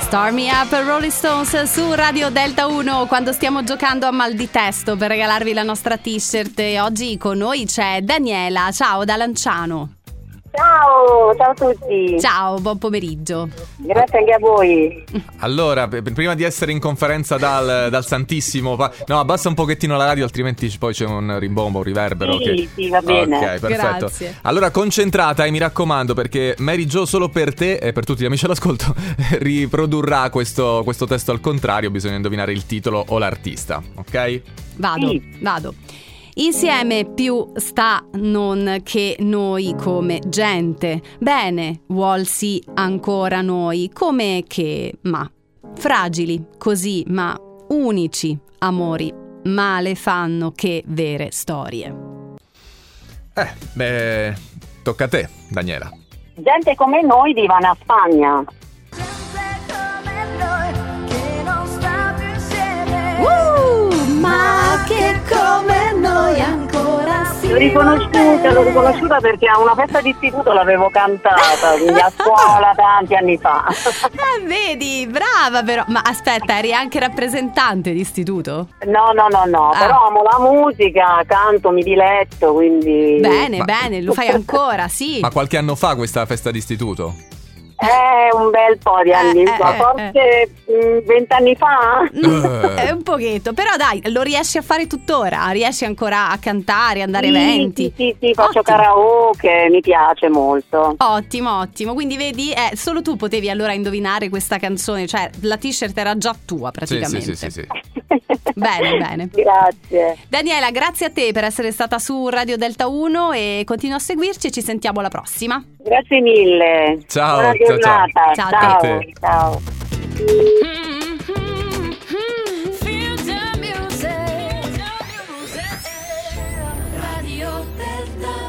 Storm Me Up Rolling Stones su Radio Delta 1 quando stiamo giocando a mal di testo per regalarvi la nostra t-shirt e oggi con noi c'è Daniela, ciao da Lanciano. Ciao, ciao a tutti. Ciao, buon pomeriggio. Grazie anche a voi. Allora, p- prima di essere in conferenza dal, dal Santissimo, pa- no, abbassa un pochettino la radio, altrimenti c- poi c'è un rimbombo, un riverbero. Sì, che- sì, va bene. Ok, perfetto. Grazie. Allora, concentrata e mi raccomando, perché Mary Jo solo per te e per tutti gli amici all'ascolto riprodurrà questo, questo testo al contrario. Bisogna indovinare il titolo o l'artista, ok? Eh, Vado, Sì. vado. Insieme più sta non che noi come gente. Bene, vuol sì ancora noi, come che ma. Fragili, così ma unici amori, male fanno che vere storie. Eh, beh, tocca a te, Daniela. Gente come noi di Ivana Spagna. Uh, ma che come noi ancora si L'ho riconosciuta, l'ho riconosciuta perché a una festa di istituto l'avevo cantata, quindi a scuola tanti anni fa. Eh, vedi, brava però. Ma aspetta, eri anche rappresentante di istituto? No, no, no, no, Ah. però amo la musica, canto, mi diletto, quindi... Bene, Ma- bene, lo fai ancora, sì. Ma qualche anno fa questa festa d'istituto? È un bel po' di anni Eh, fa, eh, forse mm, vent'anni fa. Mm, eh, un pochetto, però dai, lo riesci a fare tuttora, riesci ancora a cantare, andare Sì, eventi. Sì, sì, sì, faccio Ottimo. karaoke, mi piace molto. Ottimo, ottimo. Quindi vedi, eh, solo tu potevi allora indovinare questa canzone, cioè la t-shirt era già tua Sì, praticamente. sì, sì, sì, sì. Bene, bene. Grazie. Daniela, grazie a te per essere stata su Radio Delta 1 e continua a seguirci e ci sentiamo alla prossima. Grazie mille. Buona Ciao, ciao, ciao. giornata. Ciao a ciao. te. ciao. Feel the music. Radio Delta